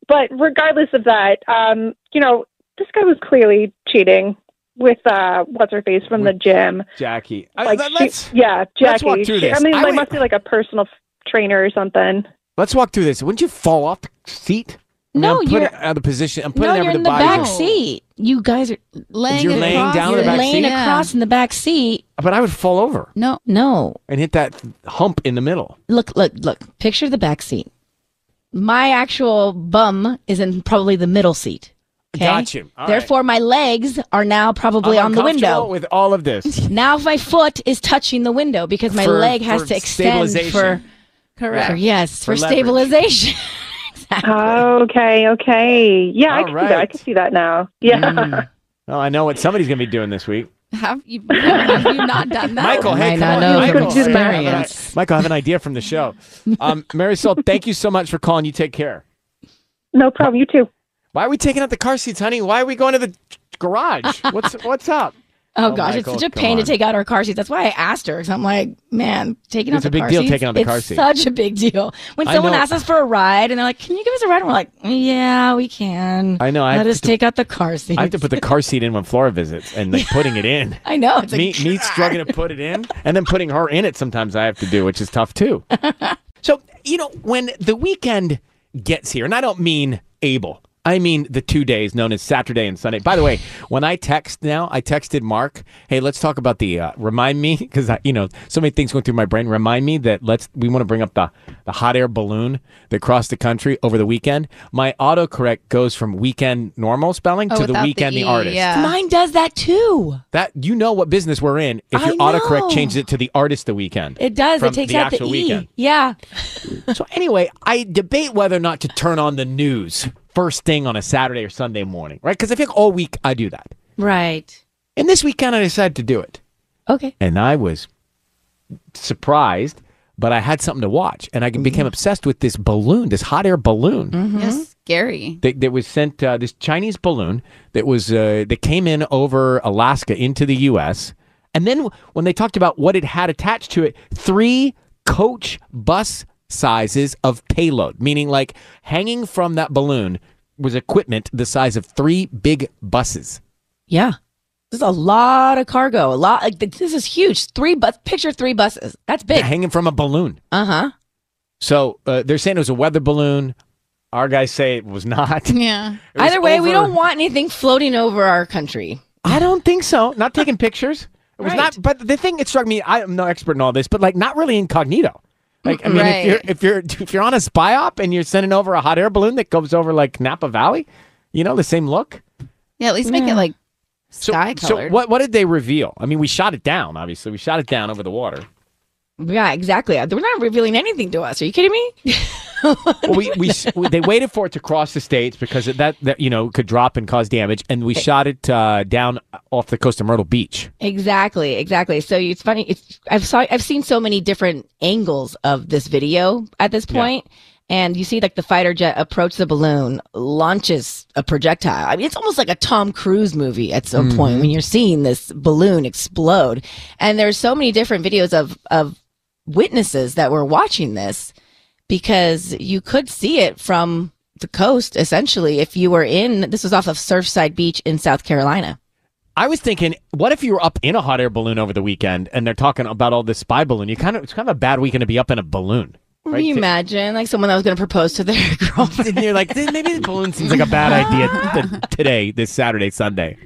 But regardless of that, um, you know, this guy was clearly cheating with, uh, what's her face from the gym. Jackie. I- Like, let- she- let's yeah, Jackie. let's walk through She- this. I mean, I like, went- must be like a personal f- trainer or something. let's walk through this. Wouldn't you fall off the seat? I mean, No, I'm putting you're- it out of the position. I'm putting no, it you're over in the the body. back seat. You guys are laying You're laying across- down in the You're back laying seat? across in the back seat. But I would fall over No, no. and hit that hump in the middle. Look, look, look. Picture the back seat. My actual bum is in probably the middle seat. Okay? Got you. All Therefore, my legs are now probably I'm on the uncomfortable window. with all of this. now my foot is touching the window because my For- leg has for to extend stabilization. for Correct. for- yes, For for, leverage. stabilization. Okay, okay. Yeah, I All can see that. I right. can see that now. Yeah. Oh, I know what somebody's going to be doing this week. Have you, have you not done that? Michael, hey, might come not on. know Michael, from I have an- experience. Michael, I have an idea from the show. Um, Mary Sol, thank you so much for calling. You take care. No problem. You too. Why are we taking out the car seats, honey? Why are we going to the garage? What's what's up? Oh, gosh, Michael, it's such a come pain on. to take out our car seats. That's why I asked her because I'm like, man, taking It's out a the big car deal seats, taking out the it's car seat. Such a big deal. When I someone know. asks us for a ride and they're like, "Can you give us a ride?" and we're like, "Yeah, we can." I know, I Let have us to- take out the car seats. I have to put the car seat in when Flora visits and like putting it in. I know. It's like, me, me struggling to put it in and then putting her in it sometimes I have to do, which is tough too. so, you know, when the weekend gets here, and I don't mean able, I mean the two days known as Saturday and Sunday. By the way, when I text now, I texted Mark, hey, let's talk about the, uh, remind me, because, you know, so many things going through my brain. Remind me that let's, we want to bring up the, the hot air balloon that crossed the country over the weekend. My autocorrect goes from weekend normal spelling Oh, to the without the weekend the, E, artist. yeah. Mine does that too. That you know what business we're in if your I autocorrect know. changes it to the artist the weekend. It does. From it takes the out the actual e. weekend. Yeah. so anyway, I debate whether or not to turn on the news first thing on a Saturday or Sunday morning, right? Because I think all week I do that, Right. and this weekend I decided to do it, Okay. and I was surprised, but I had something to watch, and I Mm-hmm. became obsessed with this balloon, this hot air balloon. Yes, scary. that, that was sent uh, this Chinese balloon that was uh, that came in over Alaska into the U.S. And then when they talked about what it had attached to it, three coach bus sizes of payload, meaning like hanging from that balloon was equipment the size of three big buses. Yeah. This is a lot of cargo. A lot. Like, this is huge. Three bus. Picture three buses. That's big. Hanging from a balloon. Uh huh. So uh, they're saying it was a weather balloon. Our guys say it was not. Yeah. It was Either way, we over- don't want anything floating over our country. I don't think so. Not taking pictures. It was not. But the thing that struck me, I'm no expert in all this, but like not really incognito. Like I mean, Right. if you're if you're if you're on a spy op and you're sending over a hot air balloon that goes over like Napa Valley, you know the same look. Yeah, at least make it like sky So colored. what what did they reveal? I mean, we shot it down. Obviously, we shot it down over the water. Yeah, exactly. They're not revealing anything to us. Are you kidding me? Well, we, we, s- we- they waited for it to cross the states because it, that, that you know could drop and cause damage, and we shot it uh, down off the coast of Myrtle Beach. Exactly, exactly. So it's funny. It's I've saw I've seen so many different angles of this video at this point, and you see like the fighter jet approach the balloon, launches a projectile. I mean, it's almost like a Tom Cruise movie at some point when you're seeing this balloon explode. And there's so many different videos of of witnesses that were watching this because you could see it from the coast essentially if you were in this was off of Surfside Beach in South Carolina. I was thinking, what if you were up in a hot air balloon over the weekend, and they're talking about all this spy balloon? You kind of it's kind of a bad weekend to be up in a balloon. Can you imagine like someone that was going to propose to their girlfriend? and you're like, "Dude, maybe the balloon seems like a bad idea t- today, this Saturday, Sunday.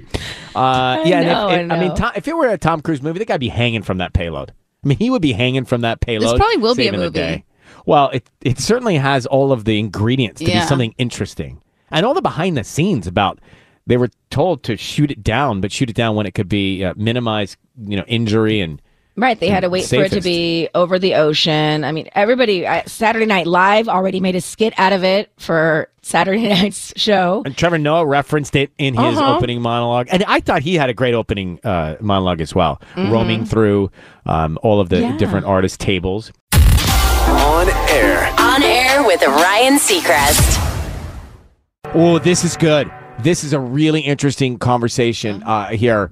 Uh, I yeah, and if- know, if, I mean, know. Tom, if it were a Tom Cruise movie, the guy'd be hanging from that payload. I mean, he would be hanging from that payload. probably will be a saving the movie. day. Well, it it certainly has all of the ingredients to Yeah. be something interesting, and all the behind the scenes about they were told to shoot it down, but shoot it down when it could be uh, minimize, you know, injury and Right, they had to wait for it to Safest. be over the ocean. I mean, everybody I- Saturday Night Live already made a skit out of it for Saturday night's show. And Trevor Noah referenced it in his Uh-huh. opening monologue, and I thought he had a great opening uh, monologue as well, Mhm. roaming through um, all of the Yeah. different artist tables. On air. On air with Ryan Seacrest. Oh, this is good. This is a really interesting conversation uh, here.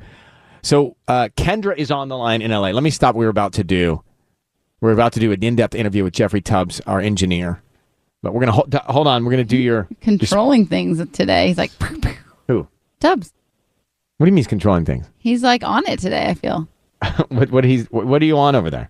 So uh, Kendra is on the line in LA. Let me stop. what We're about to do. We're about to do an in-depth interview with Jeffrey Tubbs, our engineer. But we're gonna hold, hold on. We're gonna do your Controlling things today. He's like, "Pew, pew." who? Tubbs. What do you mean he's controlling things? He's like on it today, I feel. what what he's what, what are you on over there?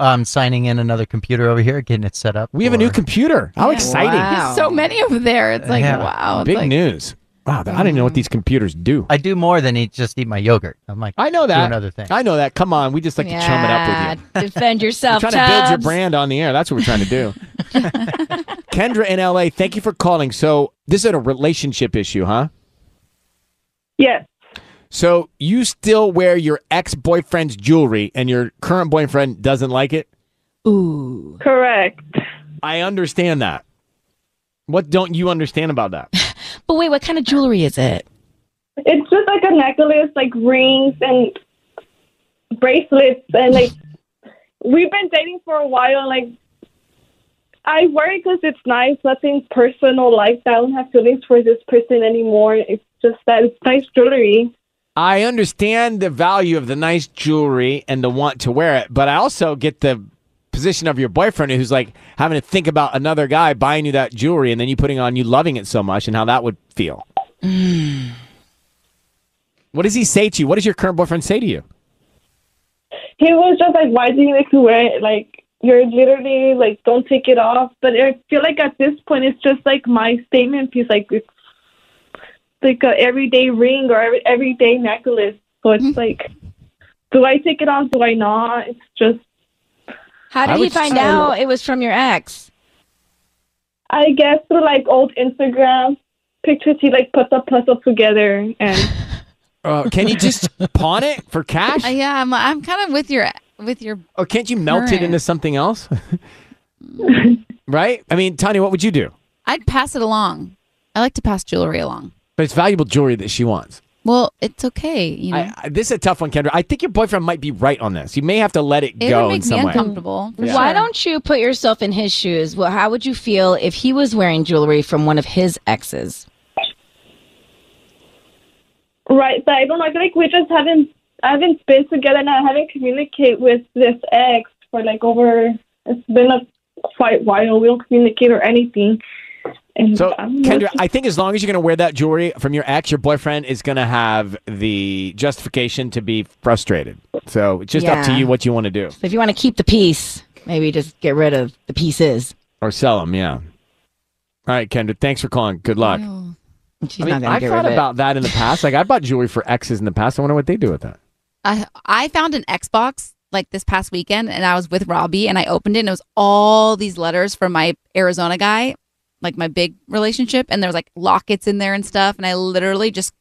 I'm signing in another computer over here, getting it set up. We have a new computer. How exciting! There's so many over there. It's like, Yeah. wow. it's Big like- news. Wow, I didn't know what these computers do. I do more than eat just eat my yogurt. I'm like, I know that. Do another thing. I know that. Come on, we just like to chum it up with you. defend We're yourself. trying to build your Tubbs. brand on the air. That's what we're trying to do. Kendra in LA, thank you for calling. So this is a relationship issue, huh? Yes. So you still wear your ex boyfriend's jewelry, and your current boyfriend doesn't like it. Ooh. Correct. I understand that. What don't you understand about that? But wait, what kind of jewelry is it? It's just like a necklace, like rings and bracelets, and like we've been dating for a while. Like I wear it because it's nice. Nothing personal like that. I don't have feelings for this person anymore. It's just that it's nice jewelry. I understand the value of the nice jewelry and the want to wear it, but I also get the position of your boyfriend who's like having to think about another guy buying you that jewelry and then you putting on you loving it so much and how that would feel. Mm. What does he say to you? What does your current boyfriend say to you? He was just like, "Why do you like to wear it? Like you're literally like, don't take it off." But I feel like at this point, it's just like my statement piece. Like it's like a everyday ring or every, everyday necklace. So it's like, do I take it off? Do I not? It's just. How did I he would find say- out it was from your ex? I guess through like old Instagram pictures, he like put the puzzle together and Uh, can you just pawn it for cash? Uh, yeah, I'm, I'm kind of with your with your. Or can't you melt it Current. into something else? right? I mean, Tanya, what would you do? I'd pass it along. I like to pass jewelry along. But it's valuable jewelry that she wants. Well, it's okay, you know. I, I, this is a tough one, Kendra. I think your boyfriend might be right on this. You may have to let it, It go would make in me some way. uncomfortable. Yeah. Why don't you put yourself in his shoes? Well, how would you feel if he was wearing jewelry from one of his exes? right. So I don't know. I feel like we just haven't I haven't been together and I haven't communicate with this ex for like over. It's been a quite while. We don't communicate or anything. And So, um, Kendra, I think as long as you're going to wear that jewelry from your ex, your boyfriend is going to have the justification to be frustrated. So it's just up to Yeah. you what you want to do So if you want to keep the piece, maybe just get rid of the pieces. or sell them. Yeah. All right, Kendra. Thanks for calling. Good luck. She's I mean, not gonna I've get rid thought of it. about that in the past. Like I bought jewelry for exes in the past. I wonder what they do with that. I I found an Xbox like this past weekend, and I was with Robbie, and I opened it, and it was all these letters from my Arizona guy, like my big relationship, and there was like lockets in there and stuff, and I literally just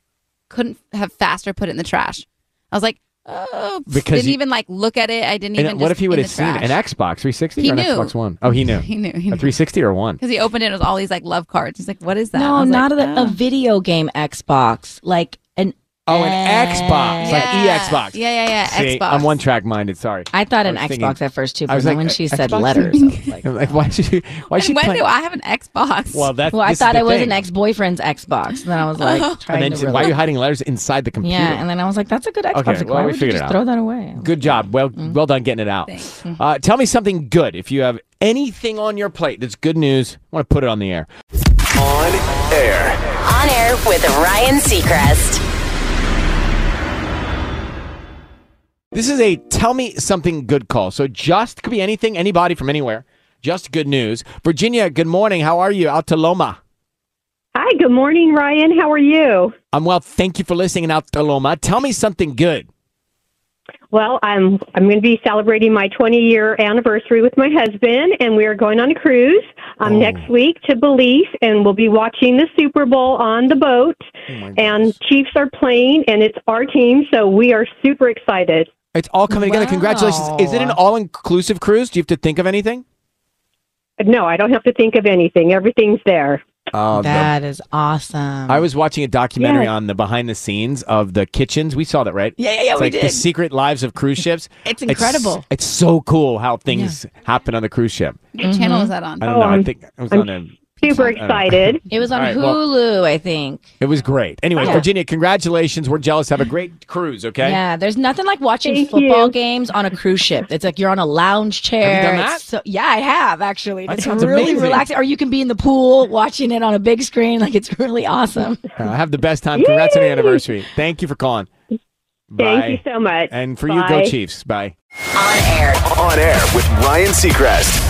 couldn't have faster put it in the trash. I was like, oh, Because didn't you- even like look at it. I didn't And even. what just if he in would the have seen trash. an Xbox 360 He or an knew. Xbox One? Oh, he knew. He knew, he A 360 or one. Because he opened it, it was all these like love cards. He's like, "Oh." "What is that?" No, not a, a video game Xbox, like an Oh, an Xbox, like eXbox. Yeah, yeah, yeah. See, I'm one track minded. Sorry. I thought an was thinking- Xbox at first too, I but was then like, when "Uh, she said Xbox?" letters, I'm like, "Oh." why should you? Why And should when do I have an Xbox? Well, that's well, I this is thought the it was thing. an ex-boyfriend's Xbox, and then I was like, trying And then to she said, why are you relate. hiding letters inside the computer? Yeah, and then I was like, that's a good Xbox. Okay, Like, well, why we would you figured it just out. throw that away? Good job. Well, Mm-hmm. well done getting it out. Uh, tell me something good. If you have anything on your plate that's good news, I want to put it on the air. On air. On air with Ryan Seacrest. This is a tell me something good call. So just could be anything, anybody from anywhere. Just good news. Virginia, good morning. How are you? Out to Loma. Hi, good morning, Ryan. How are you? I'm well. Thank you for listening out to Loma. Tell me something good. Well, I'm I'm going to be celebrating my 20 year anniversary with my husband, and we are going on a cruise um, next week to Belize, and we'll be watching the Super Bowl on the boat. and Chiefs are playing, and it's our team, so we are super excited. It's all coming together. Congratulations. Is it an all inclusive cruise? Do you have to think of anything? No, I don't have to think of anything; everything's there. Oh, That is awesome. I was watching a documentary Yes. on the behind the scenes of the kitchens. We saw that, right? Yeah, yeah, yeah, It's we like The did. secret lives of cruise ships. It's incredible. It's, so cool how things happen on the cruise ship. What Mm-hmm. channel was that on? Hmm? I don't know. I think it was on super a. I don't know. Oh, excited. It was on All right, well- Hulu, I think. It was great. Anyway, Yeah. Virginia, congratulations. We're jealous. Have a great cruise. Okay. Yeah, there's nothing like watching Thank football games on a cruise ship. It's like you're on a lounge chair. Have you It's done that? So, yeah, I have actually. That it's sounds really amazing. relaxing. Or you can be in the pool watching it on a big screen. Like it's really awesome. Uh, have the best time. Congrats on your anniversary. Thank you for calling. Bye. you so much. And for you, go Bye. Chiefs. Bye. On air. On air with Ryan Seacrest.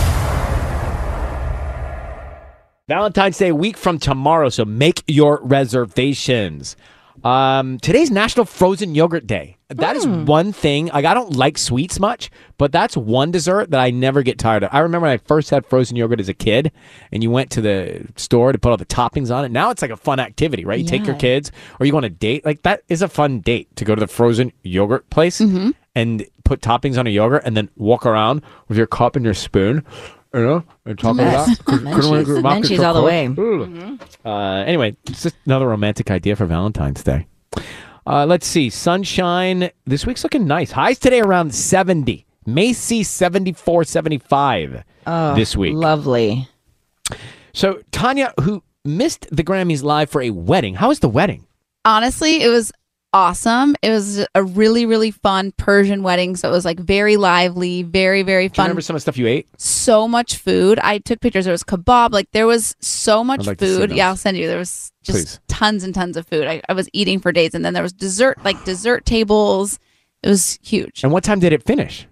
Valentine's Day week from tomorrow, so make your reservations. Um, today's National Frozen Yogurt Day. That is one thing. Like I don't like sweets much, but that's one dessert that I never get tired of. I remember when I first had frozen yogurt as a kid, and you went to the store to put all the toppings on it. Now it's like a fun activity, right? You take your Yeah. kids, or you go on a date. Like that is a fun date to go to the frozen yogurt place and put toppings on a yogurt, and then walk around with your cup and your spoon. You know, and talk about Yes. Munchies. Munchies all the way. uh, anyway, it's just another romantic idea for Valentine's Day. Uh, let's see. Sunshine this week's looking nice. Highs today around 70. May see 74, 75 Oh, this week. Lovely. So, Tanya, who missed the Grammys live for a wedding, how was the wedding? honestly, it was awesome. It was a really, really fun Persian wedding. So it was like very lively, very, very Do you fun. remember some of the stuff you ate? So much food. I took pictures. There was kebab. Like there was so much I'd like to see food. those. Yeah, I'll send you. There was just Please. tons and tons of food. I, I was eating for days. And then there was dessert, like dessert tables. It was huge. And what time did it finish?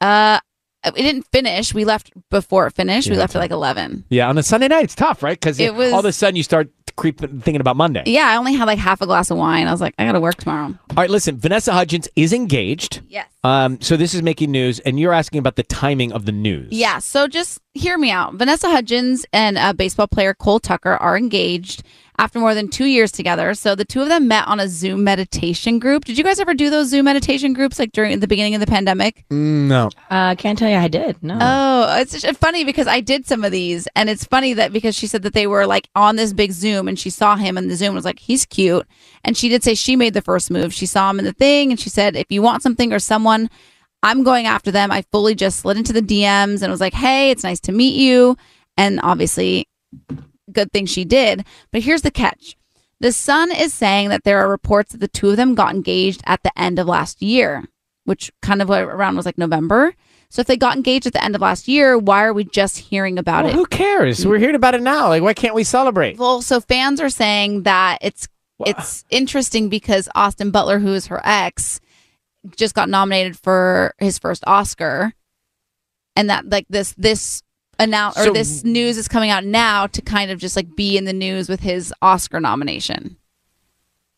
Uh, it didn't finish. We left before it finished. we Yeah, left at like 11. Yeah, on a Sunday night, it's tough, right? Because It was- all of a sudden you start creeping, thinking about Monday. Yeah, I only had like half a glass of wine. I was like, I got to work tomorrow. All right, listen, Vanessa Hudgens is engaged. Yes. Um, so this is making news, and you're asking about the timing of the news. Yeah. So just hear me out. Vanessa Hudgens and uh, baseball player Cole Tucker are engaged after more than two years together. So the two of them met on a Zoom meditation group. Did you guys ever do those Zoom meditation groups like during the beginning of the pandemic? No. Uh, can't tell you I did. No. Oh, it's just funny because I did some of these, and it's funny that because she said that they were like on this big Zoom, and she saw him in the Zoom, and was like, he's cute, and she did say she made the first move. She saw him in the thing, and she said, if you want something or someone, I'm going after them. I fully just slid into the DMs and was like, hey, it's nice to meet you, and obviously, good thing she did. But here's the catch. The Sun is saying that there are reports that the two of them got engaged at the end of last year, which kind of what around was like November. So if they got engaged at the end of last year, why are we just hearing about Well, it? who cares? We're hearing about it now. Like, why can't we celebrate? Well, so fans are saying that it's it's interesting because Austin Butler, who is her ex, just got nominated for his first Oscar, and that like this this announce or So- this news is coming out now to kind of just like be in the news with his Oscar nomination.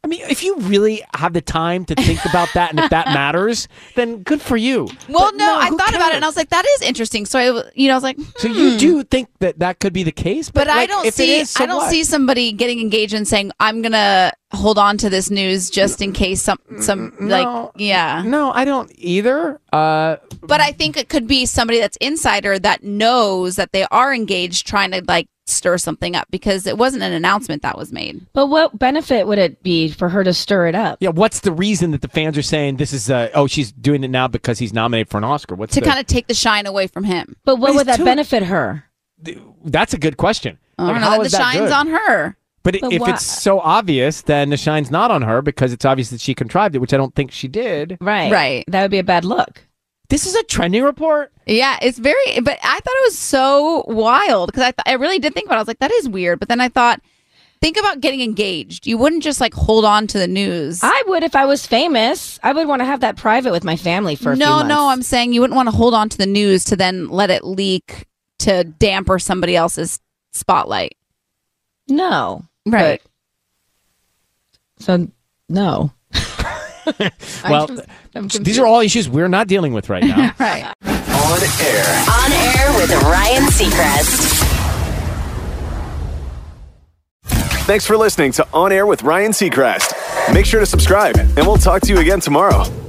I mean, if you really have the time to think about that and if that matters, then good for you. Well, no, I thought about it and I was like, that is interesting. So I, you know, I was like, hmm. So you do think that that could be the case, but, but I like, don't if it see is, so I don't what? see somebody getting engaged and saying I'm gonna hold on to this news just in case some some like Mm, no. yeah no I don't either uh but I think it could be somebody that's insider that knows that they are engaged trying to like stir something up because it wasn't an announcement that was made But what benefit would it be for her to stir it up? Yeah, what's the reason that the fans are saying this is? Uh, oh, she's doing it now because he's nominated for an Oscar. What's to the- kind of take the shine away from him but what would that too- benefit her That's a good question. I don't Like, know how the is that shine's good? on her But, if it's so obvious, then the shine's not on her because it's obvious that she contrived it, which I don't think she did. Right. Right. That would be a bad look. This is a trending report. Yeah, it's very. But I thought it was so wild because I th- I really did think about. it. I was like, that is weird. But then I thought, think about getting engaged. You wouldn't just like hold on to the news. I would if I was famous. I would want to have that private with my family for a few no, months. no, I'm saying you wouldn't want to hold on to the news to then let it leak to damper somebody else's spotlight. No, right. So no. Well, these are all issues we're not dealing with right now. right. On air. On air with Ryan Seacrest. Thanks for listening to On Air with Ryan Seacrest. Make sure to subscribe, and we'll talk to you again tomorrow.